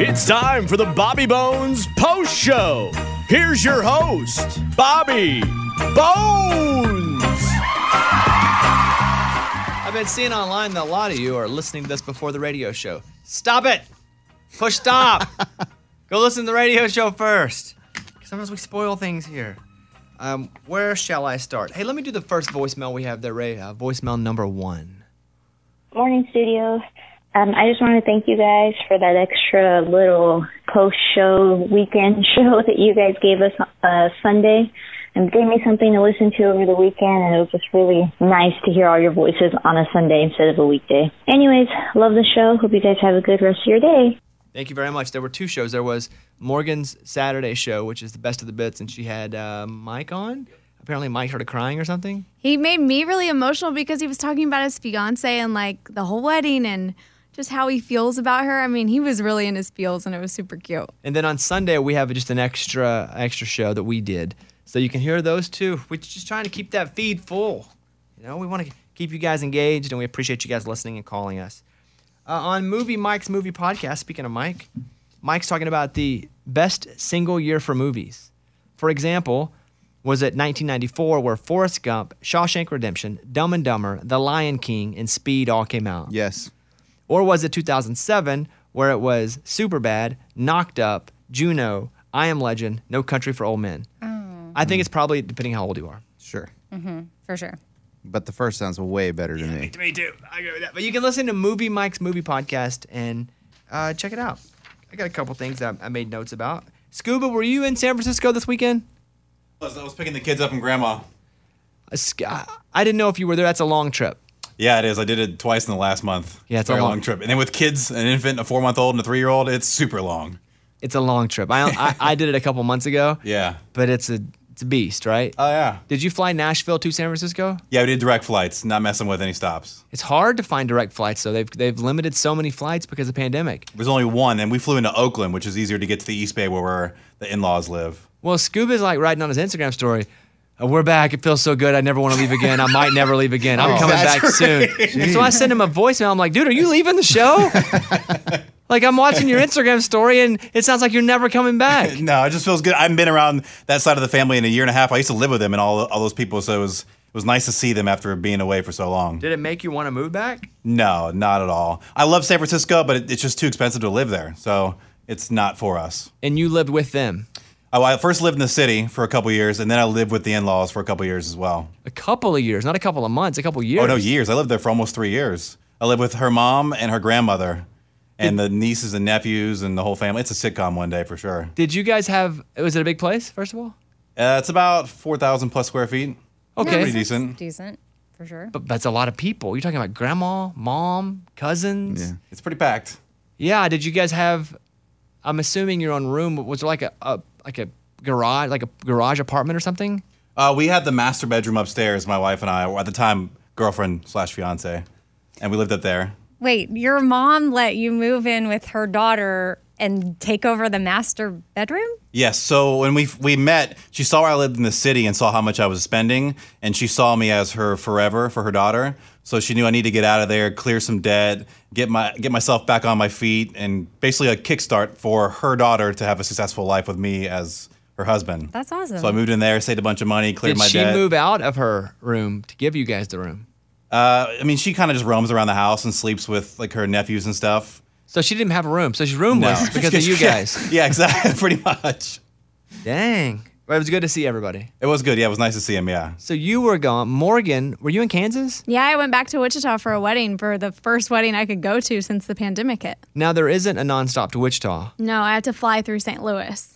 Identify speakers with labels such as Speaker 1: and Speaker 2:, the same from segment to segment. Speaker 1: It's time for the Bobby Bones Post Show. Here's your host, Bobby Bones.
Speaker 2: I've been seeing online that a lot of you are listening to this before the radio show. Stop it! Push stop! Go listen to the radio show first. Sometimes we spoil things here. Um, where shall I start? Hey, let me do the first voicemail we have there, Ray. Uh, voicemail number one.
Speaker 3: Morning, studio. Um, I just want to thank you guys for that extra little post show, weekend show that you guys gave us uh, Sunday. And gave me something to listen to over the weekend, and it was just really nice to hear all your voices on a Sunday instead of a weekday. Anyways, love the show. Hope you guys have a good rest of your day.
Speaker 2: Thank you very much. There were two shows. There was Morgan's Saturday show, which is the best of the bits, and she had uh, Mike on. Apparently, Mike started crying or something.
Speaker 4: He made me really emotional because he was talking about his fiance and like the whole wedding and just how he feels about her. I mean, he was really in his feels and it was super cute.
Speaker 2: And then on Sunday we have just an extra extra show that we did, so you can hear those too. We're just trying to keep that feed full. You know, we want to keep you guys engaged, and we appreciate you guys listening and calling us. Uh, on movie Mike's movie podcast. Speaking of Mike, Mike's talking about the best single year for movies. For example, was it 1994 where Forrest Gump, Shawshank Redemption, Dumb and Dumber, The Lion King, and Speed all came out?
Speaker 5: Yes.
Speaker 2: Or was it 2007 where it was Superbad, Knocked Up, Juno, I Am Legend, No Country for Old Men? I think it's probably depending how old you are.
Speaker 5: Sure.
Speaker 6: Mm-hmm. for sure.
Speaker 5: But the first sounds way better to me.
Speaker 2: Me too. I agree with that. But you can listen to Movie Mike's movie podcast and uh, check it out. I got a couple things that I made notes about. Scuba, were you in San Francisco this weekend?
Speaker 7: I was, I was picking the kids up from grandma.
Speaker 2: Uh, Sc- I I didn't know if you were there. That's a long trip.
Speaker 7: Yeah, it is. I did it twice in the last month.
Speaker 2: Yeah, it's a
Speaker 7: Very
Speaker 2: long-
Speaker 7: long trip. And then with kids, an infant, a four month old, and a three year old, it's super long.
Speaker 2: It's a long trip. I, I, I did it a couple months ago.
Speaker 7: Yeah.
Speaker 2: But it's a, it's a beast, right?
Speaker 7: Oh, yeah.
Speaker 2: did you fly Nashville to San Francisco?
Speaker 7: Yeah, we did direct flights, not messing with any stops.
Speaker 2: It's hard to find direct flights, though. They've, they've limited so many flights because of the pandemic.
Speaker 7: There's only one, and we flew into Oakland, which is easier to get to the East Bay where we're, the in laws live.
Speaker 2: Well, Scuba's like writing on his Instagram story. "Uh, We're back. It feels so good. I never want to leave again. I might never leave again.
Speaker 7: Oh,
Speaker 2: I'm coming back soon. And so I send him a voicemail. I'm like, dude, are you leaving the show? like, I'm watching your Instagram story and it sounds like you're never coming back.
Speaker 7: No, it just feels good. I haven't been around that side of the family in a year and a half. I used to live with them and all, all those people, so it was, it was nice to see them after being away for so long.
Speaker 2: Did it make you want to move back?
Speaker 7: No, not at all. I love San Francisco, but it, it's just too expensive to live there, so it's not for us.
Speaker 2: And you lived with them
Speaker 7: Oh, I first lived in the city for a couple years, and then I lived with the in-laws for a couple years as well.
Speaker 2: a couple of years, not a couple of months, a couple of years.
Speaker 7: Oh no, years! I lived there for almost three years. I lived with her mom and her grandmother, and the nieces and nephews and the whole family. It's a sitcom one day for sure.
Speaker 2: Did you guys have, was it a big place, first of all?
Speaker 7: Uh, it's about four thousand plus square feet.
Speaker 2: Okay.
Speaker 7: Pretty decent.
Speaker 6: Decent, for sure.
Speaker 2: But that's a lot of people. You're talking about grandma, mom, cousins.
Speaker 5: Yeah.
Speaker 7: It's pretty packed.
Speaker 2: Yeah, did you guys have? I'm assuming your own room was there like a, a like a garage, like a garage apartment or something.
Speaker 7: Uh, we had the master bedroom upstairs. My wife and I, or at the time, girlfriend slash fiance, and we lived up there.
Speaker 6: Wait, your mom let you move in with her daughter and take over the master bedroom?
Speaker 7: Yes. So when we we met, she saw where I lived in the city and saw how much I was spending, and she saw me as her forever for her daughter. So she knew I need to get out of there, clear some debt, get my get myself back on my feet, and basically a kickstart for her daughter to have a successful life with me as her husband.
Speaker 6: That's awesome.
Speaker 7: So I moved in there, saved a bunch of money, cleared
Speaker 2: Did
Speaker 7: my
Speaker 2: she
Speaker 7: debt.
Speaker 2: move out of her room to give you guys the room?
Speaker 7: Uh, I mean, she kind of just roams around the house and sleeps with like her nephews and stuff.
Speaker 2: So she didn't have a room. So she's roomless because of you guys.
Speaker 7: yeah, exactly. Pretty much.
Speaker 2: Dang. Well, it was good to see everybody.
Speaker 7: It was good. Yeah, it was nice to see him. Yeah.
Speaker 2: So you were gone. Morgan, were you in Kansas?
Speaker 4: Yeah, I went back to Wichita for a wedding, for the first wedding I could go to since the pandemic hit.
Speaker 2: Now there isn't a nonstop to Wichita.
Speaker 4: No, I had to fly through St. Louis.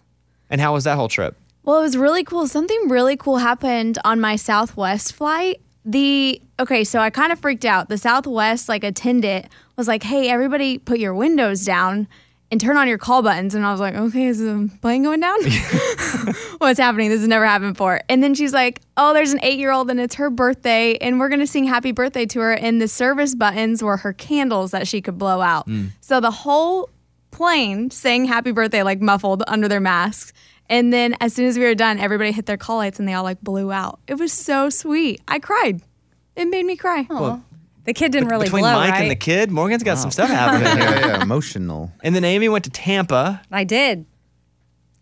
Speaker 2: And how was that whole trip?
Speaker 4: Well, it was really cool. Something really cool happened on my Southwest flight. The okay, so I kind of freaked out. The Southwest like attendant was like, "Hey, everybody, put your windows down and turn on your call buttons." And I was like, "Okay, is the plane going down? What's happening? This has never happened before." And then she's like, "Oh, there's an eight-year-old and it's her birthday, and we're gonna sing happy birthday to her." And the service buttons were her candles that she could blow out.
Speaker 2: Mm.
Speaker 4: So the whole plane saying happy birthday like muffled under their masks and then as soon as we were done everybody hit their call lights and they all like blew out it was so sweet i cried it made me cry
Speaker 2: Well,
Speaker 6: The kid didn't really
Speaker 2: Between
Speaker 6: blow,
Speaker 2: Mike
Speaker 6: right?
Speaker 2: and the kid, Morgan's got some stuff happening here.
Speaker 5: yeah, yeah, emotional.
Speaker 2: And then Amy went to Tampa,
Speaker 6: I did.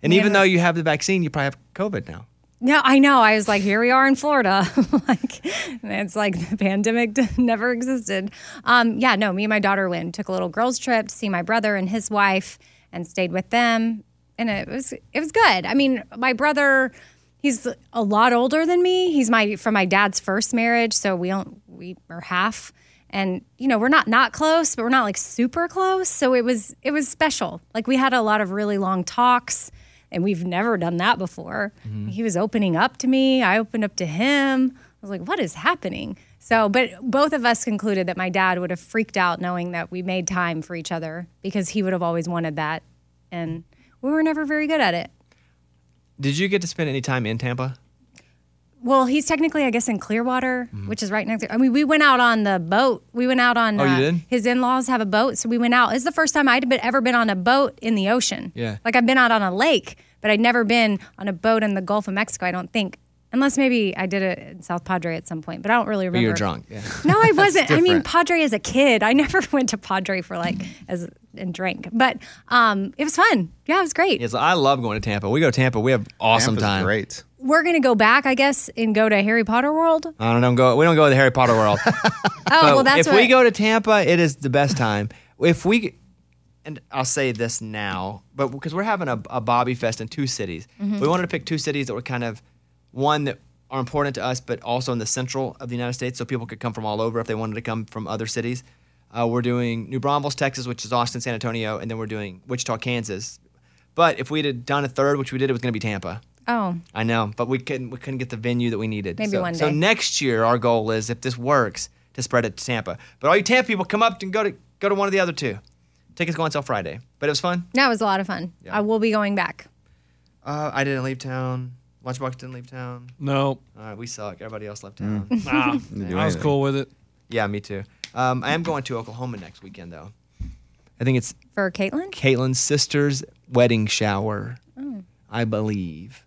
Speaker 2: and even
Speaker 6: Yeah.
Speaker 2: though you have the vaccine, you probably have COVID now.
Speaker 6: No, I know. I was like, here we are in Florida. like, it's like the pandemic never existed. Um, yeah, no, me and my daughter went, took a little girls trip to see my brother and his wife, and stayed with them, and it was it was good. I mean, my brother, he's a lot older than me. He's my from my dad's first marriage, so we don't we are half, and you know we're not not close, but we're not like super close. So it was it was special. Like we had a lot of really long talks and we've never done that before. He was opening up to me, I opened up to him. I was like, what is happening? So, but both of us concluded that my dad would have freaked out knowing that we made time for each other because he would have always wanted that. And we were never very good at it.
Speaker 2: Did you get to spend any time in Tampa?
Speaker 6: Well, he's technically, I guess, in Clearwater, which is right next. I mean, we went out on the boat. We went out on. uh,
Speaker 2: Oh, you did?
Speaker 6: His in-laws have a boat, so we went out. It's the first time I'd been, ever been on a boat in the ocean.
Speaker 2: Yeah.
Speaker 6: Like I've been out on a lake, but I'd never been on a boat in the Gulf of Mexico. I don't think, unless maybe I did it in South Padre at some point, but I don't really
Speaker 2: Or
Speaker 6: remember.
Speaker 2: you were drunk? Yeah.
Speaker 6: No, I wasn't. I mean,
Speaker 5: different.
Speaker 6: Padre as a kid, I never went to Padre for like as and drank, but um, it was fun. Yeah, it was great.
Speaker 2: Yeah, so I love going to Tampa. We go to Tampa. We have awesome
Speaker 5: Tampa's
Speaker 2: time.
Speaker 5: great.
Speaker 6: We're gonna go back, I guess, and go to Harry Potter World. Oh,
Speaker 2: I don't know, go. We don't go to the Harry Potter world.
Speaker 6: well,
Speaker 2: But
Speaker 6: that's
Speaker 2: Uh, if
Speaker 6: what
Speaker 2: we go to Tampa, it is the best time. If we, and I'll say this now, but because we're having a, a Bobby Fest in two cities,
Speaker 6: Mm-hmm.
Speaker 2: we wanted to pick two cities that were kind of one that are important to us, but also in the central of the United States, so people could come from all over if they wanted to come from other cities. Uh, we're doing New Braunfels, Texas, which is Austin, San Antonio, and then we're doing Wichita, Kansas. But if we'd have done a third, which we did, it was going to be Tampa.
Speaker 6: Oh,
Speaker 2: I know, but we couldn't we couldn't get the venue that we needed.
Speaker 6: Maybe
Speaker 2: so,
Speaker 6: one
Speaker 2: So
Speaker 6: day.
Speaker 2: next year our goal is if this works to spread it to Tampa. But all you Tampa people come up and go to go to one of the other two. Tickets go on sale Friday. But it was fun.
Speaker 6: That was a lot of fun. I will be going back.
Speaker 2: Uh, I didn't leave town. Lunchbox didn't leave town. Mm.
Speaker 8: No,
Speaker 2: All right, we suck. Everybody else left town.
Speaker 8: ah, I was cool with it.
Speaker 2: yeah, me too. Um, I am going to Oklahoma next weekend though. I think it's
Speaker 6: For Caitlin?
Speaker 2: Caitlin's sister's wedding shower,
Speaker 6: Oh.
Speaker 2: I believe.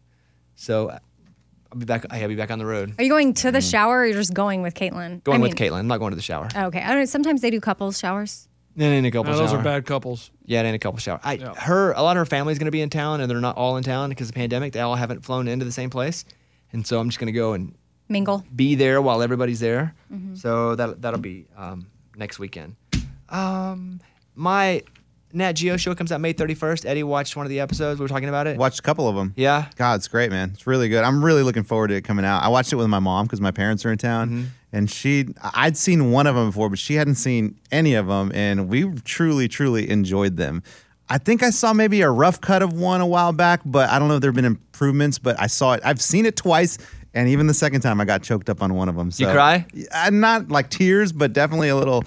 Speaker 2: So I'll be back. I'll be back on the road.
Speaker 6: Are you going to the shower or you're just going with Caitlin?
Speaker 2: Mm-hmm. Going
Speaker 6: I
Speaker 2: with
Speaker 6: mean-
Speaker 2: Caitlin. I'm not going to the shower.
Speaker 6: Okay. I don't know. Sometimes they do couples showers.
Speaker 2: Then in a couple
Speaker 8: No, those
Speaker 2: shower.
Speaker 8: are bad couples.
Speaker 2: Yeah, it ain't a couple shower. I her a lot of her family's gonna be in town, and they're not all in town because of the pandemic. They all haven't flown into the same place, and so I'm just gonna go and
Speaker 6: Mingle.
Speaker 2: be there while everybody's there. So that that'll be um, next weekend. Um, my Nat Geo show comes out May 31st. Eddie watched one of the episodes. We were talking about it.
Speaker 5: Watched a couple of them.
Speaker 2: Yeah.
Speaker 5: God, it's great, man. It's really good. I'm really looking forward to it coming out. I watched it with my mom because my parents are in town,
Speaker 2: Mm-hmm.
Speaker 5: and she I'd seen one of them before, but she hadn't seen any of them, and we truly, truly enjoyed them. I think I saw maybe a rough cut of one a while back, but I don't know if there have been improvements. But I saw it. I've seen it twice, and even the second time, I got choked up on one of them. So.
Speaker 2: You cry?
Speaker 5: Uh, not like tears, but definitely a little,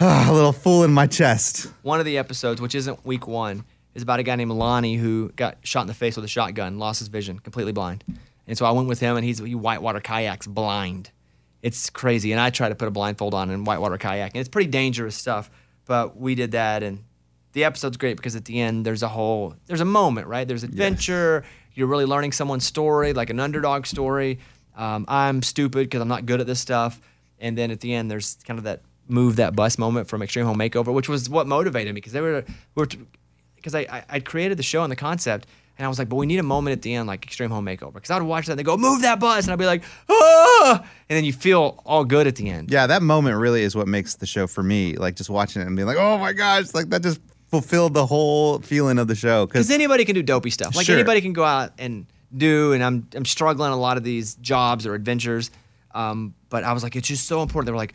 Speaker 5: a little full in my chest.
Speaker 2: One of the episodes, which isn't week one, is about a guy named Lonnie who got shot in the face with a shotgun, lost his vision, completely blind. And so I went with him, and he's he whitewater kayaks blind. It's crazy, and I try to put a blindfold on and whitewater kayak, and it's pretty dangerous stuff. But we did that, and the episode's great because at the end there's a whole there's a moment, right? There's adventure. You're really learning someone's story, like an underdog story. Um, I'm stupid because I'm not good at this stuff. And then at the end, there's kind of that move that bus moment from Extreme Home Makeover, which was what motivated me because they were were because I, I I created the show and the concept, and I was like, but we need a moment at the end like Extreme Home Makeover because I would watch that and they go move that bus, and I'd be like ah, and then you feel all good at the end.
Speaker 5: Yeah, that moment really is what makes the show for me. Like just watching it and being like, oh my gosh, like that just fulfilled the whole feeling of the show.
Speaker 2: because
Speaker 5: Because
Speaker 2: anybody can do dopey stuff. Like
Speaker 5: Sure.
Speaker 2: anybody can go out and do. And I'm I'm struggling a lot of these jobs or adventures. Um, but I was like, it's just so important. They were like,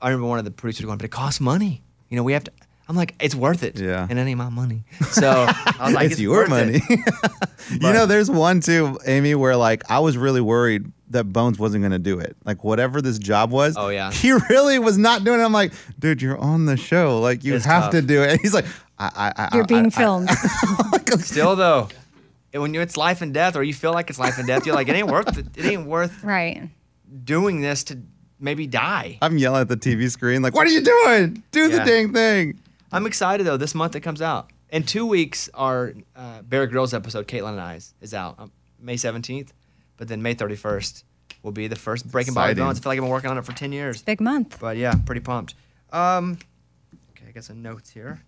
Speaker 2: I remember one of the producers going, but it costs money. You know, we have to. I'm like, it's worth it.
Speaker 5: Yeah.
Speaker 2: And it ain't my money. So I was like,
Speaker 5: it's,
Speaker 2: it's,
Speaker 5: your
Speaker 2: worth
Speaker 5: money.
Speaker 2: It.
Speaker 5: you know, there's one too, Amy, where like I was really worried that Bones wasn't going to do it. Like whatever this job was,
Speaker 2: Oh, yeah.
Speaker 5: he really was not doing it. I'm like, dude, you're on the show. Like you
Speaker 2: It's
Speaker 5: have
Speaker 2: tough.
Speaker 5: to do it. And he's like, I, I, I,
Speaker 6: You're
Speaker 5: I-
Speaker 6: being
Speaker 5: I-
Speaker 6: filmed.
Speaker 2: Still though, it- when you it's life and death, or you feel like it's life and death, you're like, it ain't worth it. It ain't worth
Speaker 6: right.
Speaker 2: doing this to maybe die.
Speaker 5: I'm yelling at the TV screen, like, what are you doing? Do
Speaker 2: Yeah.
Speaker 5: the dang thing.
Speaker 2: I'm excited though. This month it comes out. In two weeks, our uh, Bear Grylls episode, Caitlin and I's, is out um, May 17th. But then May 31st, will be the first Breaking Bobby
Speaker 5: Exciting.
Speaker 2: Bones. I feel like I've been working on it for 10 years.
Speaker 6: Big month.
Speaker 2: But yeah, pretty pumped. Um, okay, I got some notes here.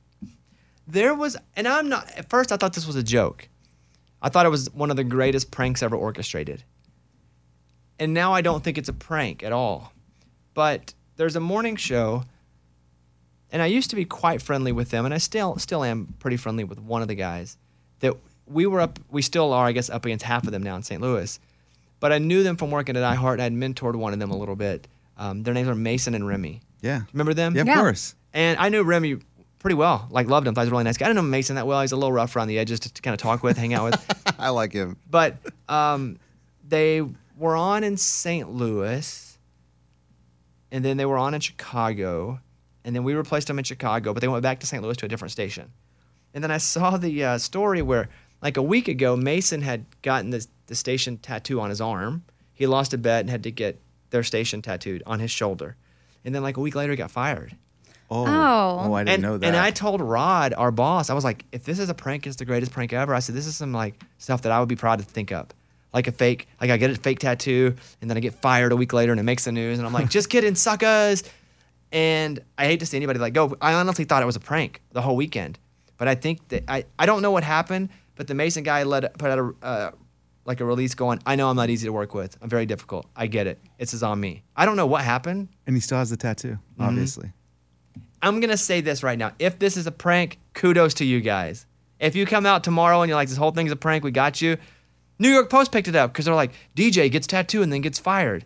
Speaker 2: There was, and I'm not, at first I thought this was a joke. I thought it was one of the greatest pranks ever orchestrated. And now I don't think it's a prank at all. But there's a morning show, and I used to be quite friendly with them, and I still still am pretty friendly with one of the guys. That we were up, we still are, I guess, up against half of them now in St. Louis. But I knew them from working at iHeart, and I had mentored one of them a little bit. Um, their names are Mason and Remy.
Speaker 5: Yeah.
Speaker 2: Remember them?
Speaker 5: Yeah, of
Speaker 6: Yeah.
Speaker 5: course.
Speaker 2: And I knew Remy pretty well. Like loved him. Thought he was a really nice guy. I didn't know Mason that well. He's a little rough around the edges to, kind of talk with, hang out with.
Speaker 5: I like him.
Speaker 2: But um, they were on in St. Louis, and then they were on in Chicago, and then we replaced them in Chicago. But they went back to St. Louis to a different station. And then I saw the uh, story where, like a week ago, Mason had gotten the, the station tattoo on his arm. He lost a bet and had to get their station tattooed on his shoulder. And then, like a week later, he got fired
Speaker 5: Oh,
Speaker 6: Oh.
Speaker 5: oh I didn't
Speaker 2: and,
Speaker 5: know that.
Speaker 2: and I told Rod, our boss, I was like, if this is a prank, it's the greatest prank ever. I said, this is some like stuff that I would be proud to think up. Like a fake, like I get a fake tattoo and then I get fired a week later and it makes the news. And I'm like, just kidding, suckers. And I hate to see anybody like go. I honestly thought it was a prank the whole weekend. But I think that I, I don't know what happened, but the Mason guy let put out a, uh, like a release going, I know I'm not easy to work with. I'm very difficult. I get it. This is on me. I don't know what happened.
Speaker 5: and he still has the tattoo, obviously.
Speaker 2: I'm gonna say this right now. If this is a prank, kudos to you guys. If you come out tomorrow and you're like, this whole thing's a prank, we got you. New York Post picked it up because they're like, DJ gets tattooed and then gets fired.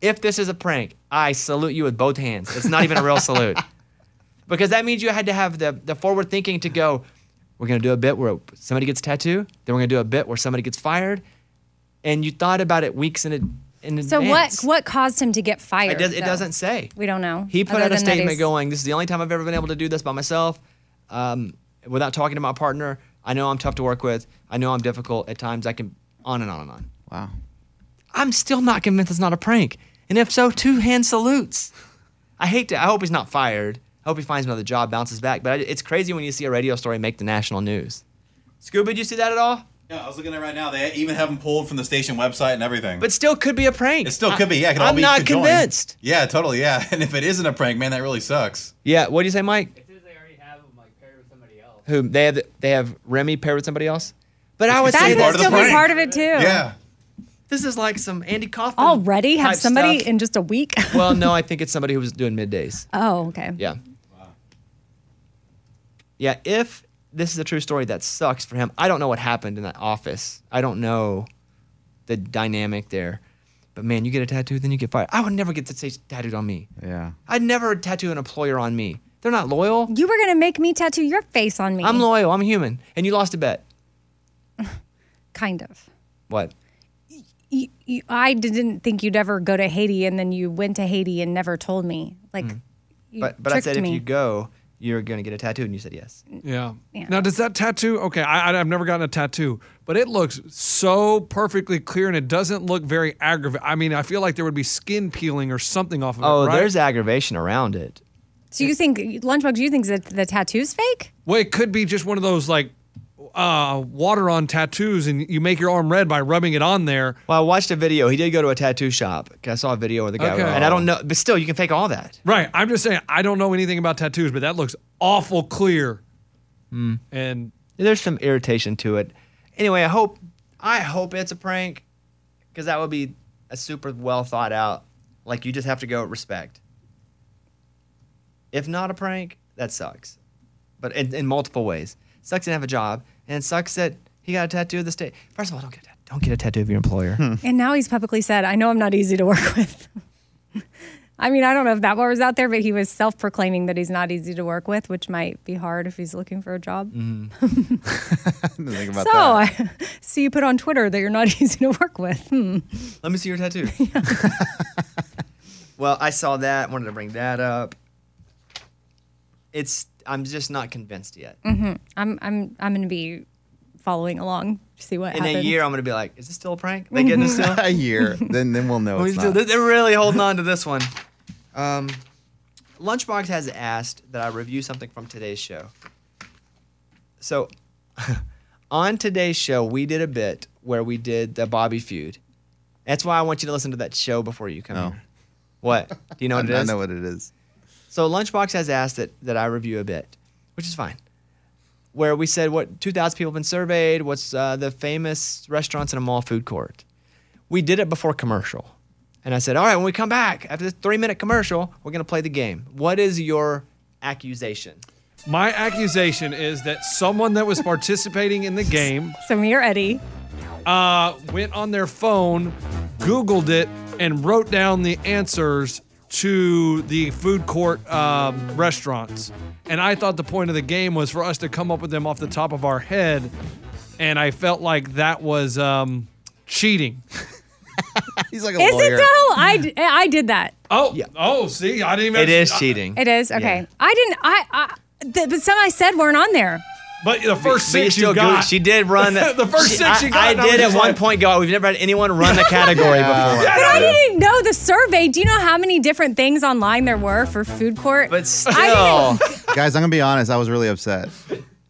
Speaker 2: If this is a prank, I salute you with both hands. It's not even a real salute. Because that means you had to have the, the forward thinking to go, we're gonna do a bit where somebody gets tattooed, then we're gonna do a bit where somebody gets fired. And you thought about it weeks in, ad- in
Speaker 6: So what
Speaker 2: advance.
Speaker 6: what caused him to get fired?
Speaker 2: It, does, it
Speaker 6: though?
Speaker 2: doesn't say.
Speaker 6: We don't know.
Speaker 2: He put
Speaker 6: Other
Speaker 2: out a
Speaker 6: than that
Speaker 2: statement
Speaker 6: he's-
Speaker 2: going, "This is the only time I've ever been able to do this by myself, um, without talking to my partner. I know I'm tough to work with. I know I'm difficult at times. I can on and on and on.
Speaker 5: Wow.
Speaker 2: I'm still not convinced it's not a prank. And if so, two hand salutes. I hate to. I hope he's not fired. I hope he finds another job, bounces back. But I, it's crazy when you see a radio story make the national news. Scuba, did you see that at all?
Speaker 7: Yeah, I was looking at it right now. They even have them pulled from the station website and everything.
Speaker 2: But still, could be a prank.
Speaker 7: it still could be. Yeah, it could all
Speaker 2: I'm
Speaker 7: be
Speaker 2: not
Speaker 7: conjoined.
Speaker 2: convinced.
Speaker 7: Yeah, totally. Yeah, and if it isn't a prank, man, that really sucks.
Speaker 2: Yeah. What do you say, Mike?
Speaker 9: As soon as they already have them, like paired with somebody else.
Speaker 2: Who they have? They have Remy paired with somebody else. But I would
Speaker 6: That
Speaker 2: say
Speaker 6: could
Speaker 7: part of the
Speaker 6: still be
Speaker 7: prank.
Speaker 6: part of it too.
Speaker 7: Yeah,
Speaker 2: This is like some Andy Kaufman.
Speaker 6: Already have
Speaker 2: type
Speaker 6: somebody
Speaker 2: stuff.
Speaker 6: in just a week.
Speaker 2: well, no, I think it's somebody who was doing middays.
Speaker 6: oh, okay.
Speaker 2: Yeah. Yeah, if this is a true story, that sucks for him. I don't know what happened in that office. I don't know the dynamic there. But man, you get a tattoo, then you get fired. I would never get the t- tattooed on me.
Speaker 5: Yeah.
Speaker 2: I'd never tattoo an employer on me. They're not loyal.
Speaker 6: You were gonna make me tattoo your face on me.
Speaker 2: I'm loyal. I'm human. And you lost a bet.
Speaker 6: kind of.
Speaker 2: What?
Speaker 6: You, you, I didn't think you'd ever go to Haiti, and then you went to Haiti and never told me. Like, you
Speaker 2: Mm. But but I
Speaker 6: tricked
Speaker 2: said
Speaker 6: me.
Speaker 2: if you go, you're gonna get a tattoo, and you said yes.
Speaker 8: Yeah.
Speaker 6: Yeah.
Speaker 8: Now, does that tattoo? Okay, I, I- I've never gotten a tattoo, but it looks so perfectly clear, and it doesn't look very aggravating. I mean, I feel like there would be skin peeling or something off of it.
Speaker 2: Oh,
Speaker 8: right?
Speaker 2: there's aggravation around it.
Speaker 6: So you think lunchbox? You think that the tattoo's fake?
Speaker 8: Well, it could be just one of those like uh, water on tattoos, and you make your arm red by rubbing it on there.
Speaker 2: Well, I watched a video. He did go to a tattoo shop. 'cause I saw a video of the guy,
Speaker 8: Okay.
Speaker 2: and I don't know, but still, you can fake all that.
Speaker 8: Right. I'm just saying, I don't know anything about tattoos, but that looks awful clear.
Speaker 2: Hmm.
Speaker 8: And
Speaker 2: There's some irritation to it. Anyway, I hope, I hope it's a prank, because that would be a super well thought out. Like you just have to go with respect. If not a prank, that sucks, but in, in multiple ways. Sucks to have a job, and it sucks that he got a tattoo of the state. First of all, don't get a, tat- don't get a tattoo of your employer.
Speaker 6: And now he's publicly said, "I know I'm not easy to work with." I mean, I don't know if that was out there, but he was self-proclaiming that he's not easy to work with, which might be hard if he's looking for a job.
Speaker 2: Mm,
Speaker 5: Didn't think about
Speaker 6: So
Speaker 5: that.
Speaker 6: I see you put on Twitter that you're not easy to work with. Hmm.
Speaker 2: Let me see your tattoo. well, I saw that. Wanted to bring that up. It's. I'm just not convinced yet.
Speaker 6: I'm I'm I'm gonna be following along to see what
Speaker 2: In
Speaker 6: happens.
Speaker 2: a year, I'm gonna be like, is this still a prank? They getting this still?
Speaker 5: a year, then then we'll know.
Speaker 2: We
Speaker 5: It's
Speaker 2: still-
Speaker 5: not.
Speaker 2: They're really holding on to this one. Um, Lunchbox has asked that I review something from today's show. So, on today's show, we did a bit where we did the Bobby feud, That's why I want you to listen to that show before you come
Speaker 5: Oh.
Speaker 2: here. What? Do you know what it
Speaker 5: I
Speaker 2: is?
Speaker 5: know what it is.
Speaker 2: So Lunchbox has asked that, that I review a bit, which is fine. Where we said what 2,000 people have been surveyed, what's uh, the famous restaurants in a mall food court. We did it before commercial. And I said, all right, when we come back after this three minute commercial, we're going to play the game. What is your accusation?
Speaker 8: My accusation is that someone that was participating in the game
Speaker 6: So me or Eddie.
Speaker 8: uh, went on their phone, Googled it, and wrote down the answers to the food court um, restaurants. And I thought the point of the game was for us to come up with them off the top of our head. And I felt like that was um, cheating.
Speaker 5: He's like a
Speaker 6: Is
Speaker 5: lawyer.
Speaker 6: it though? I, d- I did that.
Speaker 8: Oh, oh, see, I didn't even.
Speaker 2: It is cheating.
Speaker 6: It is okay. I didn't. I, I the, but some I said weren't on there.
Speaker 8: But the first
Speaker 2: But you
Speaker 8: six you
Speaker 2: still Googled-
Speaker 8: got,
Speaker 2: She did run
Speaker 8: The first six
Speaker 2: I,
Speaker 8: you got,
Speaker 2: I
Speaker 8: and I
Speaker 2: did
Speaker 8: was
Speaker 2: at
Speaker 8: just
Speaker 2: one
Speaker 8: like-
Speaker 2: point go. We've never had anyone run the category
Speaker 5: Yeah.
Speaker 2: before.
Speaker 6: But I didn't know the survey. Do you know how many different things online there were for food court?
Speaker 2: But
Speaker 6: I
Speaker 2: still,
Speaker 5: Guys, I'm gonna be honest. I was really upset.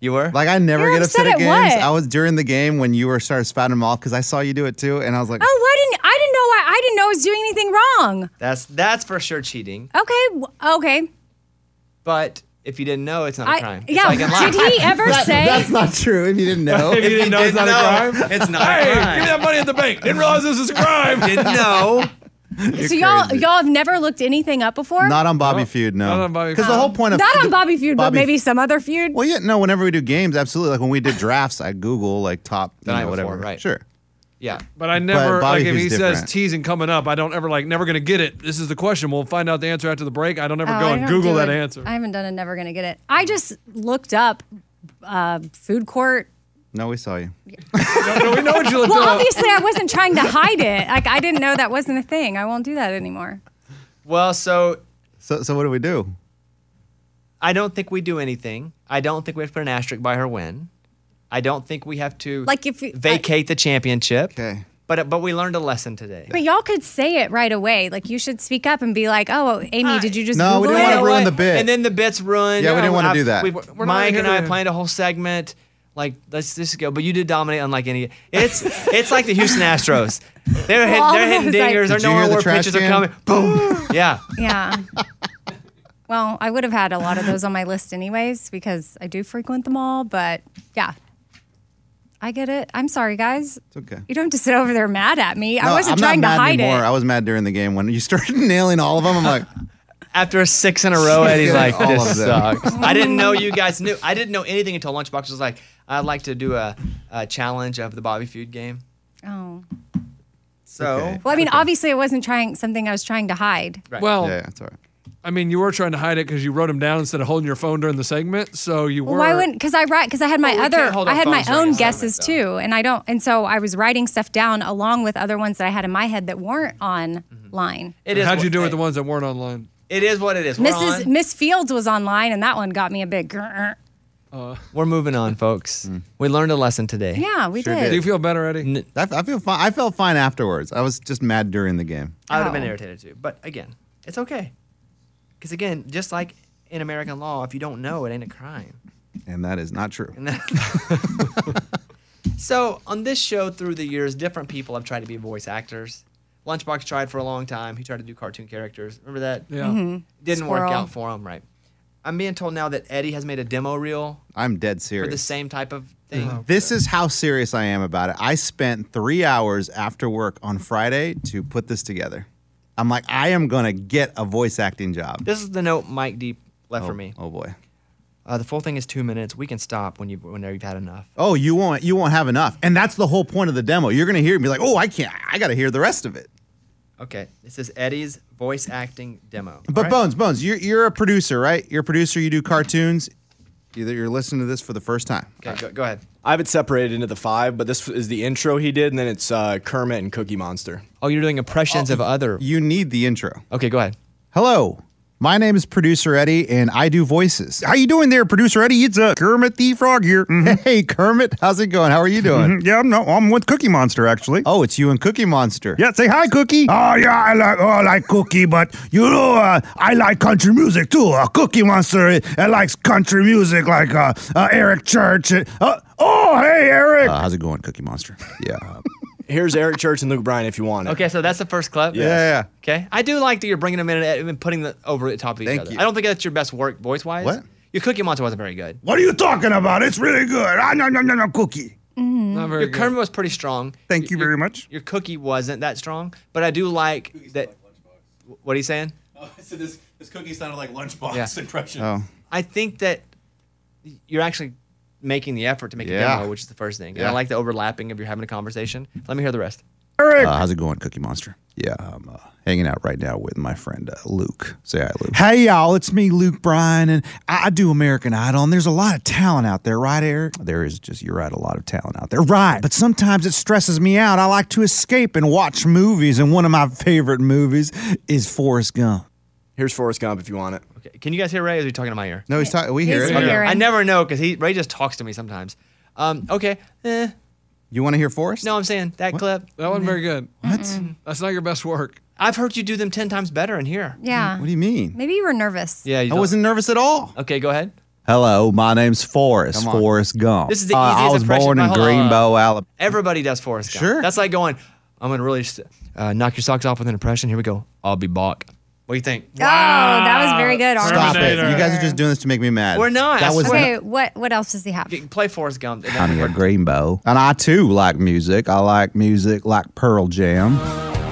Speaker 2: you were.
Speaker 5: Like I never
Speaker 6: You're
Speaker 5: get upset
Speaker 6: upset
Speaker 5: at
Speaker 6: at
Speaker 5: games.
Speaker 6: what?
Speaker 5: I was during the game when you were started spouting them off because I saw you do it too, and I was like,
Speaker 6: oh, why didn't I didn't know I, I didn't know I was doing anything wrong.
Speaker 2: that's that's for sure cheating.
Speaker 6: Okay, w- okay.
Speaker 2: But if you didn't know, it's not a
Speaker 6: I,
Speaker 2: crime. It's
Speaker 6: yeah.
Speaker 2: like in life.
Speaker 6: did he ever say?
Speaker 5: that's not true. If you didn't know,
Speaker 8: if you didn't know it's not a crime.
Speaker 2: It's not
Speaker 8: Hey,
Speaker 2: a
Speaker 8: give me
Speaker 2: crime.
Speaker 8: that money at the bank. Didn't realize this was a crime.
Speaker 2: Didn't know.
Speaker 6: so y'all
Speaker 5: crazy.
Speaker 6: y'all have never looked anything up before?
Speaker 5: not on Bobby Feud, no.
Speaker 8: Not on Bobby
Speaker 5: Because the
Speaker 8: Feud.
Speaker 5: whole point of
Speaker 6: Not on Bobby Feud, but
Speaker 5: Bobby-
Speaker 6: maybe some other feud.
Speaker 5: Well, yeah, no. Whenever we do games, absolutely. Like when we did drafts, I Google like top, you
Speaker 2: The night
Speaker 5: know, whatever.
Speaker 2: before, right.
Speaker 5: Sure.
Speaker 2: Yeah.
Speaker 8: But I never
Speaker 5: Bobby
Speaker 8: like if he
Speaker 5: Hughes different.
Speaker 8: says teasing coming up, I don't ever like never gonna get it. This is the question. We'll find out the answer after the break. I don't ever
Speaker 6: Oh,
Speaker 8: go
Speaker 6: I
Speaker 8: and
Speaker 6: don't
Speaker 8: Google
Speaker 6: do
Speaker 8: that
Speaker 6: it.
Speaker 8: answer.
Speaker 6: I haven't done it. Never gonna get it. I just looked up uh, food court.
Speaker 5: No, we saw you.
Speaker 8: no, we know what you looked
Speaker 6: Well,
Speaker 8: up.
Speaker 6: obviously, I wasn't trying to hide it. Like I didn't know that wasn't a thing. I won't do that anymore.
Speaker 2: Well, so
Speaker 5: So, so what do we do?
Speaker 2: I don't think we do anything. I don't think we have to put an asterisk by her win. I don't think we have to
Speaker 6: Like if you-
Speaker 2: vacate the championship.
Speaker 5: Okay.
Speaker 2: But but we learned a lesson today.
Speaker 6: But y'all could say it right away. Like you should speak up and be like, "Oh, Amy, did you just
Speaker 5: No, we didn't
Speaker 6: Google it?"
Speaker 5: wanna
Speaker 2: You know
Speaker 5: ruin
Speaker 2: what?
Speaker 5: the bit.
Speaker 2: And then the bit's ruined.
Speaker 5: Yeah, we didn't wanna do that.
Speaker 2: We,
Speaker 5: We're
Speaker 8: not
Speaker 2: Mike
Speaker 8: here
Speaker 2: and I
Speaker 8: to-
Speaker 2: planned a whole segment. Like let's just go, but you did dominate unlike any. It's it's like the Houston Astros. They're, hit,
Speaker 6: Well,
Speaker 2: they're
Speaker 6: I
Speaker 2: hitting
Speaker 6: was like-
Speaker 2: dingers.
Speaker 5: Did
Speaker 2: they're
Speaker 5: you hear
Speaker 2: knowing
Speaker 5: the
Speaker 2: where
Speaker 5: trash
Speaker 2: pitches are
Speaker 5: can?
Speaker 2: coming. Boom. Yeah.
Speaker 6: Yeah. well, I would have had a lot of those on my list anyways because I do frequent them all. But yeah, I get it. I'm sorry, guys.
Speaker 5: It's okay.
Speaker 6: You don't have to sit over there mad at me.
Speaker 5: No,
Speaker 6: I wasn't
Speaker 5: I'm
Speaker 6: trying
Speaker 5: not
Speaker 6: to
Speaker 5: mad
Speaker 6: hide
Speaker 5: anymore.
Speaker 6: it.
Speaker 5: I was mad during the game when you started nailing all of them. I'm like,
Speaker 2: after six in a row, Oh, Eddie's like,
Speaker 5: All
Speaker 2: "This
Speaker 5: of them.
Speaker 2: sucks." I didn't know you guys knew. I didn't know anything until Lunchbox was like, "I'd like to do a, a challenge of the Bobby Feud game."
Speaker 6: oh.
Speaker 2: So
Speaker 5: Okay.
Speaker 6: Well, I mean, obviously, I wasn't trying something I was trying to hide.
Speaker 8: Well,
Speaker 5: yeah, it's all right.
Speaker 8: I mean, you were trying to hide it because you wrote them down instead of holding your phone during the segment. So you
Speaker 6: Well,
Speaker 8: were.
Speaker 6: why wouldn't? Because I write. Because I had my
Speaker 2: Well, we
Speaker 6: other.
Speaker 2: can't hold
Speaker 6: I
Speaker 2: our
Speaker 6: had my
Speaker 2: phones during
Speaker 6: own
Speaker 2: a segment,
Speaker 6: guesses
Speaker 2: though.
Speaker 6: too, and I don't. And so I was writing stuff down along with other ones that I had in my head that weren't online.
Speaker 2: Mm-hmm. it is.
Speaker 8: How'd you
Speaker 2: what-
Speaker 8: do with the ones that weren't online?
Speaker 2: It is what it is. We're
Speaker 6: Mrs.
Speaker 2: on.
Speaker 6: Miss Fields was online, and that one got me a big. grrr.
Speaker 2: We're moving on, folks. We learned a lesson today.
Speaker 6: Yeah, we
Speaker 5: Sure
Speaker 6: did.
Speaker 8: Do you feel better, Eddie?
Speaker 5: I, I feel fine. I felt fine afterwards. I was just mad during the game.
Speaker 2: I would have been
Speaker 6: Oh.
Speaker 2: irritated too, but again, it's okay. Because again, just like in American law, if you don't know, it ain't a crime.
Speaker 5: And that is not true.
Speaker 2: So on this show, through the years, different people have tried to be voice actors. Lunchbox tried for a long time. He tried to do cartoon characters. Remember that?
Speaker 8: Yeah.
Speaker 6: Mm-hmm.
Speaker 2: Didn't work
Speaker 6: Squirrel.
Speaker 2: out for him, right? I'm being told now that Eddie has made a demo reel
Speaker 5: I'm dead
Speaker 2: for the
Speaker 5: serious. Oh,
Speaker 2: same type of thing.
Speaker 5: This is how serious I am about it. I spent three hours after work on Friday to put this together. I'm like, I am going to get a voice acting job.
Speaker 2: This is the note Mike Deep left for me.
Speaker 5: Oh, boy.
Speaker 2: Uh, the full thing is two minutes. We can stop when you whenever you've had enough.
Speaker 5: Oh, you won't you won't have enough. And that's the whole point of the demo. You're gonna hear it and be like, oh, I can't I gotta hear the rest of it.
Speaker 2: Okay, this is Eddie's voice acting demo.
Speaker 5: But
Speaker 2: All right.
Speaker 5: Bones, Bones, you're you're a producer, right? You're a producer, you do cartoons. Either you're listening to this for the first time.
Speaker 2: okay, go, go ahead.
Speaker 10: I have it separated into the five, but this is the intro he did, and then it's uh, Kermit and Cookie Monster.
Speaker 2: Oh, you're doing impressions of other.
Speaker 5: You need the intro.
Speaker 2: Okay, go ahead.
Speaker 5: Hello. My name is Producer Eddie, and I do voices. How you doing there, Producer Eddie? It's uh, Kermit the Frog here. Hey, Kermit, how's it going? How are you doing?
Speaker 11: Mm-hmm. Yeah, I'm no, I'm with Cookie Monster actually.
Speaker 5: Oh, it's you and Cookie Monster.
Speaker 11: Yeah, say hi, Cookie. Oh yeah, I like oh, I like Cookie, but you know uh, I like country music too. Uh, Cookie Monster uh, uh, likes country music like uh, uh, Eric Church. and- uh, oh hey, Eric.
Speaker 5: Uh, how's it going, Cookie Monster? Yeah. uh,
Speaker 10: here's Eric Church and Luke Bryan if you want it.
Speaker 2: Okay, so that's the first clip.
Speaker 10: Yes. Yeah, yeah,
Speaker 2: Okay, I do like that you're bringing them in and and putting them over the top of each
Speaker 10: Thank
Speaker 2: other.
Speaker 10: you.
Speaker 2: I don't think that's your best work voice wise.
Speaker 10: What?
Speaker 2: Your Cookie Monster wasn't very good.
Speaker 11: What are you talking about? It's really good. Ah, no, no, no, no, cookie.
Speaker 2: Not very your Kermit was pretty strong. Thank you very much. Your cookie wasn't that strong, but I do like that. what are you saying?
Speaker 7: Oh, so this this cookie sounded like lunchbox
Speaker 2: Yeah.
Speaker 7: impression.
Speaker 5: Oh.
Speaker 11: Oh.
Speaker 2: I think that you're actually making the effort to make
Speaker 5: Yeah.
Speaker 2: a demo, which is the first thing. And
Speaker 5: Yeah.
Speaker 2: I like the overlapping of you're having a conversation. Let me hear the rest.
Speaker 5: Uh, how's it going, Cookie Monster? Yeah, I'm uh, hanging out right now with my friend uh, Luke. Say hi, Luke. Hey, y'all, it's me, Luke Bryan, and I I do American Idol, and there's a lot of talent out there, right, Eric? There is just, you're right, a lot of talent out there. Right, but sometimes it stresses me out. I like to escape and watch movies, and one of my favorite movies is Forrest Gump.
Speaker 10: Here's Forrest Gump if you want it.
Speaker 2: Can you guys hear Ray? Or are you talking to my ear?
Speaker 5: No, he's talking, we hear it.
Speaker 2: I never know because he Ray just talks to me sometimes. Um, okay. Eh.
Speaker 5: You want to hear Forrest?
Speaker 2: No, I'm saying that clip.
Speaker 8: That wasn't very good.
Speaker 6: Mm-hmm.
Speaker 5: What?
Speaker 8: That's not your best work.
Speaker 2: I've heard you do them ten times better in here.
Speaker 6: Yeah.
Speaker 5: What do you mean?
Speaker 6: Maybe you were nervous.
Speaker 2: Yeah, you
Speaker 5: I wasn't nervous at all.
Speaker 2: Okay, go ahead.
Speaker 5: Hello, my name's Forrest.
Speaker 2: Come on.
Speaker 5: Forrest Gump.
Speaker 2: This is the
Speaker 5: Uh, I
Speaker 2: easiest
Speaker 5: was
Speaker 2: impression-
Speaker 5: born
Speaker 2: now,
Speaker 5: in
Speaker 2: hold on, hold on,
Speaker 5: Greenbow,
Speaker 2: hold on.
Speaker 5: Alabama.
Speaker 2: Everybody does Forrest Gump. Sure. That's like going. I'm gonna really uh, knock your socks off with an impression. Here we go. I'll be back. What do you think?
Speaker 6: Oh, that was very good. Arnold.
Speaker 5: Stop it. You guys are just doing this to make me mad.
Speaker 2: We're not.
Speaker 5: That was
Speaker 6: okay, what what else does he have?
Speaker 2: Play Forrest Gump. and then-
Speaker 5: I'm your Greenbow. And I too like music. I like music like Pearl Jam.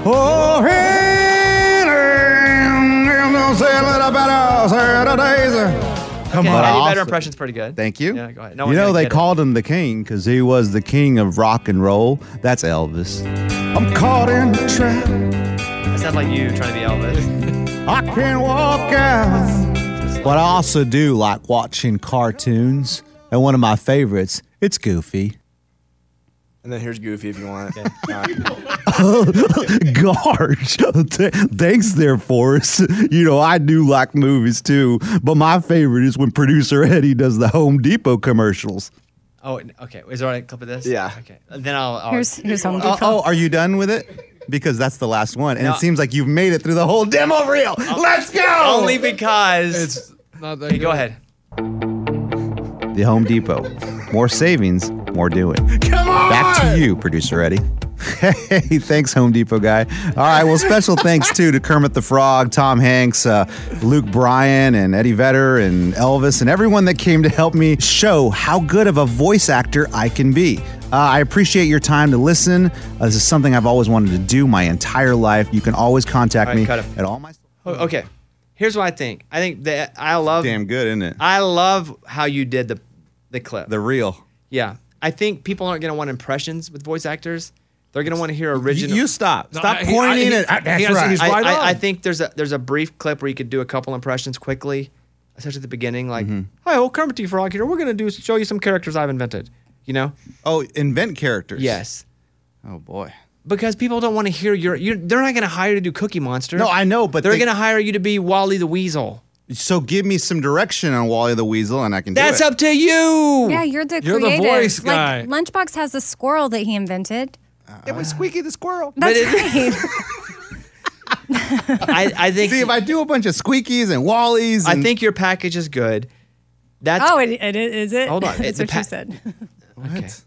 Speaker 5: Oh, Come
Speaker 2: okay,
Speaker 5: on.
Speaker 2: Eddie Vedder
Speaker 5: Awesome.
Speaker 2: impression's pretty good.
Speaker 5: Thank you.
Speaker 2: Yeah, go ahead. No
Speaker 5: you
Speaker 2: one's
Speaker 5: know
Speaker 2: gonna
Speaker 5: they
Speaker 2: get it.
Speaker 5: called him the king because he was the king of rock and roll. That's Elvis. I'm caught in the trap.
Speaker 2: It sounds like you trying to be Elvis.
Speaker 5: I can't walk out. But I also do like watching cartoons, and one of my favorites, it's Goofy.
Speaker 10: And then here's Goofy if you want it. All right.
Speaker 5: Gosh, th- thanks there, Forrest. You know, I do like movies too, but my favorite is when producer Eddie does the Home Depot commercials.
Speaker 2: oh, okay. Is there a clip of this?
Speaker 5: Yeah.
Speaker 2: Okay. Then I'll. I'll
Speaker 5: Oh, Oh, are you done with it? Because that's the last one, and
Speaker 2: No. Uh,
Speaker 5: it seems like you've made it through the whole demo reel. Let's go.
Speaker 2: Only because it's
Speaker 8: not that.
Speaker 2: Okay, go ahead.
Speaker 5: The Home Depot. More savings, more doing.
Speaker 2: Come on!
Speaker 5: Back to you, producer Eddie. Hey, thanks, Home Depot guy. All right, well, special thanks too to Kermit the Frog, Tom Hanks, uh, Luke Bryan, and Eddie Vedder, and Elvis, and everyone that came to help me show how good of a voice actor I can be. Uh, I appreciate your time to listen. Uh, this is something I've always wanted to do my entire life. You can always contact
Speaker 2: All right,
Speaker 5: me
Speaker 2: cut it.
Speaker 5: at all my.
Speaker 2: O- Okay. Here's what I think. I think that I love.
Speaker 5: Damn good, isn't it?
Speaker 2: I love how you did the the clip.
Speaker 5: The real.
Speaker 2: Yeah. I think people aren't gonna want impressions with voice actors. They're gonna want to hear original.
Speaker 5: you stop. No, Stop I- he- pointing I- it. he- Ah, that's he has- right. he's
Speaker 2: I-
Speaker 5: right
Speaker 2: I,
Speaker 5: on.
Speaker 2: I think there's a there's a brief clip where you could do a couple impressions quickly, especially at the beginning, like
Speaker 5: Mm-hmm.
Speaker 2: Hi, old Kermit the Frog here. We're gonna do show you some characters I've invented. You know?
Speaker 5: Oh, invent characters.
Speaker 2: Yes.
Speaker 5: Oh boy.
Speaker 2: Because people don't want to hear your. You're, they're not going to hire you to do Cookie Monster.
Speaker 5: No, I know, but
Speaker 2: they're
Speaker 5: they-
Speaker 2: going to hire you to be Wally the Weasel.
Speaker 5: So give me some direction on Wally the Weasel, and I can.
Speaker 2: That's
Speaker 5: do it.
Speaker 2: up to you.
Speaker 6: Yeah, you're the
Speaker 5: You're the
Speaker 6: creative.
Speaker 5: voice guy.
Speaker 6: Like Lunchbox has a squirrel that he invented.
Speaker 5: it was Squeaky the squirrel.
Speaker 6: That's
Speaker 2: But
Speaker 6: right.
Speaker 2: I, I think.
Speaker 5: See, if I do a bunch of squeakies and wallies,
Speaker 2: I think your package is good. That's
Speaker 6: oh, it, it is is it.
Speaker 2: Hold on, it's
Speaker 6: That's
Speaker 2: a
Speaker 6: what
Speaker 2: pa-
Speaker 6: she said.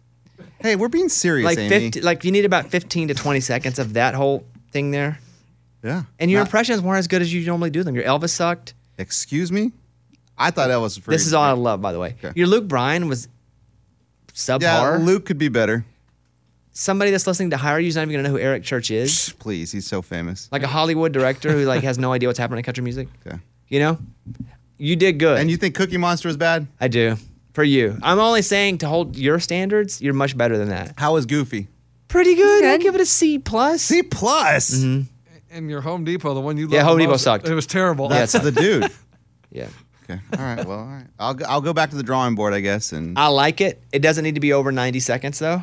Speaker 5: Hey, we're being serious,
Speaker 2: like
Speaker 5: Amy.
Speaker 2: 50, like you need about 15 to 20 seconds of that whole thing there.
Speaker 5: Yeah.
Speaker 2: And your impressions weren't as good as you normally do them. Your Elvis sucked.
Speaker 5: Excuse me? I thought Elvis was pretty
Speaker 2: This is all I love, by the way. Your Luke Bryan was subpar.
Speaker 5: Yeah, Luke could be better.
Speaker 2: Somebody that's listening to Hire You is not even going to know who Eric Church is.
Speaker 5: Please, he's so famous.
Speaker 2: Like a Hollywood director who like has no idea what's happening in country music. You know? You did good.
Speaker 5: And you think Cookie Monster is bad?
Speaker 2: I do. For you. I'm only saying to hold your standards, you're much better than that.
Speaker 5: How is Goofy?
Speaker 2: Pretty good. I'd give it a C plus.
Speaker 5: C plus.
Speaker 2: Mm-hmm.
Speaker 8: And your Home Depot, the one you
Speaker 2: Yeah,
Speaker 8: loved
Speaker 2: Home
Speaker 8: the
Speaker 2: Depot
Speaker 8: most,
Speaker 2: sucked.
Speaker 8: It was terrible.
Speaker 5: That's the dude.
Speaker 2: Yeah.
Speaker 5: Okay. All right. Well, all right. I'll go, I'll go back to the drawing board, I guess. And
Speaker 2: I like it. It doesn't need to be over 90 seconds though.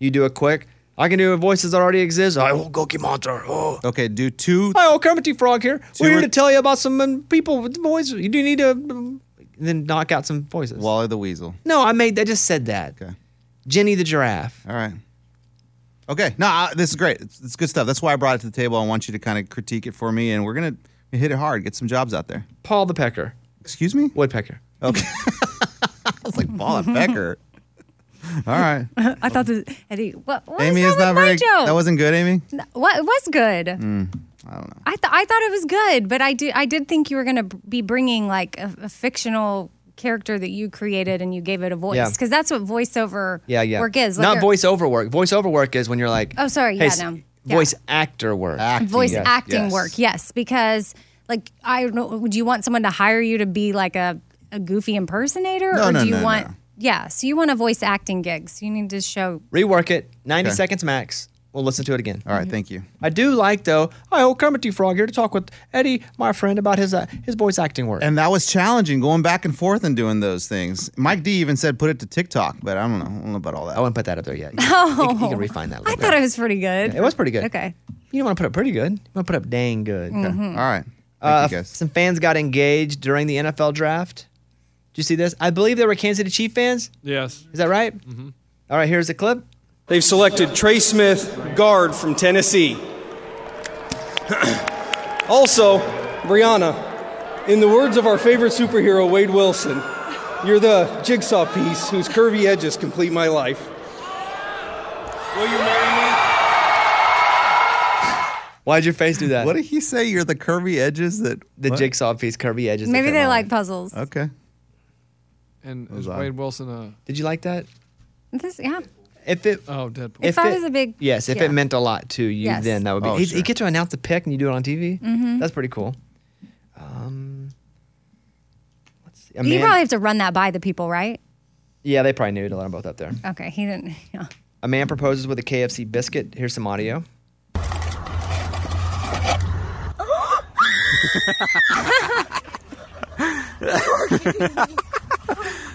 Speaker 2: You do it quick. I can do voices that already exist. I will Goki Monster. Oh.
Speaker 5: okay, do two.
Speaker 2: Hi, old Kermit the Frog here.
Speaker 5: Two
Speaker 2: We're here
Speaker 5: or-
Speaker 2: to tell you about some um, people with voices. You do need to um, then knock out some voices.
Speaker 5: Wally the Weasel.
Speaker 2: No, I made. I just said that.
Speaker 5: Okay.
Speaker 2: Jenny the Giraffe.
Speaker 5: All right. Okay. No, I, this is great. It's, it's good stuff. That's why I brought it to the table. I want you to kind of critique it for me, and we're gonna hit it hard. Get some jobs out there.
Speaker 2: Paul the Pecker.
Speaker 5: Excuse me.
Speaker 2: Woodpecker.
Speaker 5: Okay. I was like Paula Becker. All right.
Speaker 6: I thought that Eddie. What, what
Speaker 5: Amy
Speaker 6: is
Speaker 5: is not
Speaker 6: that with my
Speaker 5: very.
Speaker 6: joke?
Speaker 5: That wasn't good, Amy.
Speaker 6: No, What it was good.
Speaker 2: Hmm,
Speaker 5: Mm.
Speaker 6: I th- I thought it was good, but I did I did think you were gonna b- be bringing like a, a fictional character that you created and you gave it a voice
Speaker 2: Yeah.
Speaker 6: because that's what voiceover
Speaker 2: Yeah, yeah.
Speaker 6: work is. Like
Speaker 2: Not
Speaker 6: you're-
Speaker 2: voiceover work. Voiceover work is when you're like,
Speaker 6: Oh, sorry.
Speaker 2: hey,
Speaker 6: Yeah,
Speaker 2: s-
Speaker 6: no.
Speaker 2: Voice actor work.
Speaker 6: voice
Speaker 2: Yes,
Speaker 6: acting
Speaker 2: yes.
Speaker 6: work. Yes, because like I don't know, would you want someone to hire you to be like a, a goofy impersonator,
Speaker 2: No,
Speaker 6: or
Speaker 2: no,
Speaker 6: do you
Speaker 2: no,
Speaker 6: want?
Speaker 2: no.
Speaker 6: Yeah, so you want a voice acting gig, so you need to show.
Speaker 2: Rework it. 90
Speaker 6: Okay.
Speaker 2: seconds max. We'll listen to it again. All
Speaker 5: right, thank you.
Speaker 2: I do like though. Hi, old Kermit the Frog here to talk with Eddie, my friend, about his uh, his voice acting work.
Speaker 5: And that was challenging, going back and forth and doing those things. Mike D even said put it to TikTok, but I don't know. I don't know about all that. I
Speaker 2: wouldn't put that up there yet.
Speaker 6: Oh,
Speaker 2: You can refine that.
Speaker 6: I
Speaker 2: Later.
Speaker 6: thought it was pretty good.
Speaker 2: Yeah, it was pretty good.
Speaker 6: Okay.
Speaker 2: You don't want to put up pretty good. You want to put up dang good.
Speaker 6: Okay.
Speaker 12: Hmm.
Speaker 6: Mhm. All
Speaker 5: right.
Speaker 2: Uh, Some fans got engaged during the NFL draft. Did you see this? I believe they were Kansas City Chief fans.
Speaker 8: Yes.
Speaker 2: Is that right?
Speaker 6: Mm-hmm.
Speaker 2: All right, here's the clip.
Speaker 12: They've selected Trey Smith, guard from Tennessee. also, Brianna, in the words of our favorite superhero, Wade Wilson, you're the jigsaw piece whose curvy edges complete my life. Will you marry me?
Speaker 2: Why'd your face do that?
Speaker 5: What did he say? You're the curvy edges that
Speaker 2: the jigsaw piece, curvy edges. that
Speaker 6: Maybe
Speaker 2: fit
Speaker 6: they
Speaker 2: wrong.
Speaker 6: like puzzles.
Speaker 5: Okay.
Speaker 8: And
Speaker 2: was
Speaker 8: is
Speaker 2: odd.
Speaker 8: Wade Wilson a?
Speaker 2: Did you like that?
Speaker 6: This, yeah.
Speaker 2: If it
Speaker 8: oh Deadpool.
Speaker 6: If I was a big-
Speaker 2: yes, if
Speaker 6: yeah.
Speaker 2: it meant a lot to you,
Speaker 6: Yes.
Speaker 2: then that would be.
Speaker 6: Oh,
Speaker 2: he,
Speaker 6: sure.
Speaker 2: he gets to announce the pick and you do it on TV.
Speaker 6: Mhm.
Speaker 2: That's pretty cool. Um, let's see. A
Speaker 6: you
Speaker 2: man-
Speaker 6: probably have to run that by the people, right?
Speaker 2: yeah, they probably knew to let them both up there.
Speaker 6: Okay, he didn't. Yeah.
Speaker 2: A man proposes with a KFC biscuit. Here's some audio.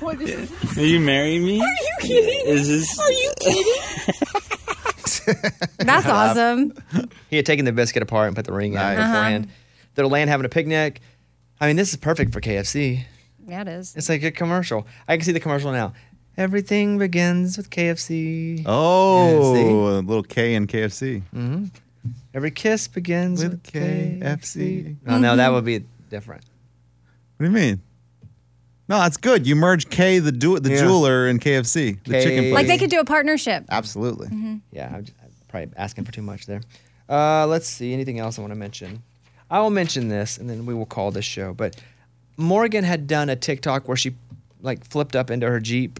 Speaker 13: Will you marry me? Are you kidding? Is this? Are you kidding?
Speaker 6: That's awesome.
Speaker 2: He had taken the biscuit apart and put the ring out
Speaker 6: Nice. Uh-huh.
Speaker 2: beforehand. They're laying having a picnic. I mean, this is perfect for KFC.
Speaker 6: Yeah, it is.
Speaker 2: It's like a commercial. I can see the commercial now. Everything begins with KFC. Yeah,
Speaker 5: Oh,
Speaker 2: see?
Speaker 5: a little K in KFC.
Speaker 2: Mm-hmm. Every kiss begins with,
Speaker 5: KFC.
Speaker 2: Oh, no, that would be different.
Speaker 5: What do you mean? No, that's good. You merge K, the du- the
Speaker 2: Yeah.
Speaker 5: jeweler, and KFC, the chicken place.
Speaker 6: Like they could do a partnership.
Speaker 5: Absolutely.
Speaker 6: Mhm.
Speaker 2: Yeah, I'm, just, I'm probably asking for too much there. Uh, let's see. Anything else I want to mention? I will mention this, and then we will call this show. But Morgan had done a TikTok where she like flipped up into her Jeep,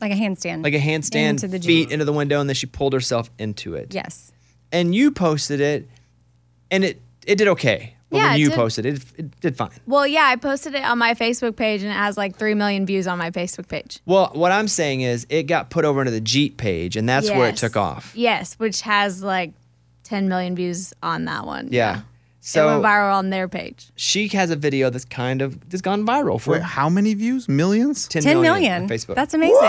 Speaker 6: Like a handstand.
Speaker 2: like a handstand,
Speaker 6: Into the Jeep.
Speaker 2: feet into the window, and then she pulled herself into it.
Speaker 6: Yes.
Speaker 2: And you posted it, and it it did okay. But
Speaker 4: Yeah,
Speaker 2: when
Speaker 4: it
Speaker 2: you
Speaker 4: did-
Speaker 2: posted it, it did fine.
Speaker 4: Well, yeah, I posted it on my Facebook page and it has like 3 million views on my Facebook page.
Speaker 2: Well, what I'm saying is it got put over into the Jeep page, and that's where it
Speaker 4: Yes.
Speaker 2: took off.
Speaker 4: Yes, which has like 10 million views on that one.
Speaker 2: Yeah.
Speaker 4: So it went
Speaker 2: So
Speaker 4: viral on their page.
Speaker 2: she has a video that's kind of that's gone viral for
Speaker 5: Wait, how many views? Millions?
Speaker 2: 10
Speaker 6: 10
Speaker 2: million,
Speaker 6: million.
Speaker 2: on Facebook.
Speaker 6: That's amazing.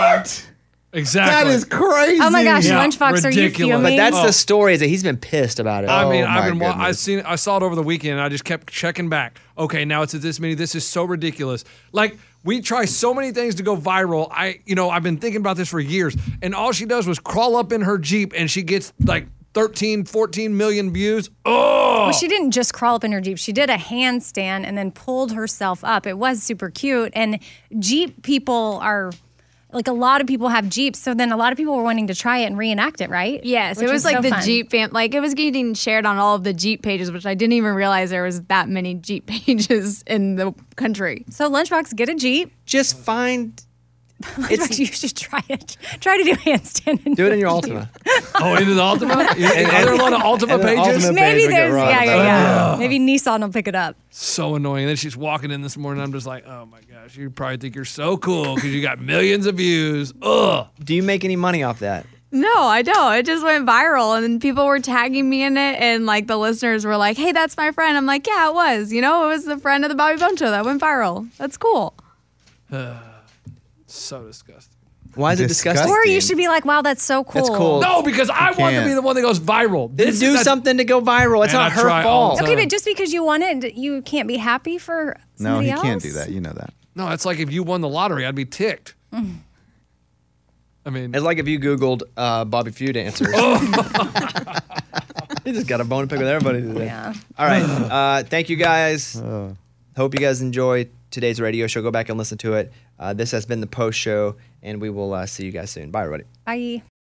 Speaker 8: Exactly.
Speaker 5: That is crazy.
Speaker 6: Oh my gosh,
Speaker 8: Yeah,
Speaker 6: Lunchbox, are you
Speaker 8: ridiculous.
Speaker 6: fuming?
Speaker 2: But that's
Speaker 8: Oh.
Speaker 2: the story is that he's been pissed about it.
Speaker 8: I mean,
Speaker 2: Oh,
Speaker 8: I've
Speaker 2: my
Speaker 8: been. Wa-
Speaker 2: goodness.
Speaker 8: I've seen. I saw it over the weekend. and I just kept checking back. Okay, now it's at this many. This is so ridiculous. Like we try so many things to go viral. I, you know, I've been thinking about this for years, and all she does was crawl up in her jeep, and she gets like 13, 14 million views. Oh,
Speaker 6: Well, she didn't just crawl up in her Jeep. She did a handstand and then pulled herself up. It was super cute. And Jeep people are like a lot of people have Jeeps. So then a lot of people were wanting to try it and reenact it, right?
Speaker 4: Yes, it
Speaker 6: Which
Speaker 4: was, like
Speaker 6: so
Speaker 4: the
Speaker 6: fun.
Speaker 4: Jeep fam. Like it was getting shared on all of the Jeep pages, which I didn't even realize there was that many Jeep pages in the country.
Speaker 6: So Lunchbox, get a Jeep.
Speaker 2: Just find.
Speaker 6: Lunchbox, you should try it. Try to do a handstand. in
Speaker 2: Do it in your
Speaker 6: Jeep.
Speaker 2: Altima.
Speaker 8: oh, into the Altima. Are there a lot of Altima
Speaker 2: And an
Speaker 8: pages?
Speaker 2: Altima
Speaker 6: Maybe
Speaker 2: page would get
Speaker 6: there's
Speaker 2: robbed.
Speaker 6: yeah, yeah, yeah.
Speaker 5: uh,
Speaker 8: Ugh.
Speaker 6: Maybe Nissan will pick it up.
Speaker 8: So annoying. And then she's walking in this morning. I'm just like, oh my gosh, you probably think you're so cool because you got millions of views. Ugh.
Speaker 2: Do you make any money off that?
Speaker 4: No, I don't. It just went viral, and then people were tagging me in it, and like the listeners were like, "Hey, that's my friend." I'm like, "Yeah, it was. You know, it was the friend of the Bobby Bone Show that went viral. That's cool."
Speaker 8: so disgusting.
Speaker 2: Why is it disgusting?
Speaker 6: Or you should be like, wow, that's so cool.
Speaker 2: That's cool.
Speaker 8: No, because I
Speaker 2: You
Speaker 8: want to be
Speaker 2: can't.
Speaker 8: the one that goes viral.
Speaker 2: Then
Speaker 8: This-
Speaker 2: do
Speaker 8: that's-
Speaker 2: something to go viral. It's
Speaker 8: Man,
Speaker 2: not
Speaker 8: I
Speaker 2: her
Speaker 8: try all
Speaker 2: fault.
Speaker 8: the
Speaker 6: Okay,
Speaker 8: time.
Speaker 6: but just because you want it, you can't be happy for
Speaker 5: Uh, No,
Speaker 6: somebody
Speaker 5: he
Speaker 6: else.
Speaker 5: can't do that. You know that.
Speaker 8: No, it's like if you won the lottery, I'd be ticked. I mean,
Speaker 2: It's like if you Googled uh, Bobby Few dancers. you just got a bone to pick with everybody today.
Speaker 6: Yeah.
Speaker 2: All right. Uh, thank you guys. Hope you guys enjoy today's radio show. Go back and listen to it. Uh, this has been the post show, And we will uh, see you guys soon. Bye, everybody.
Speaker 6: Bye.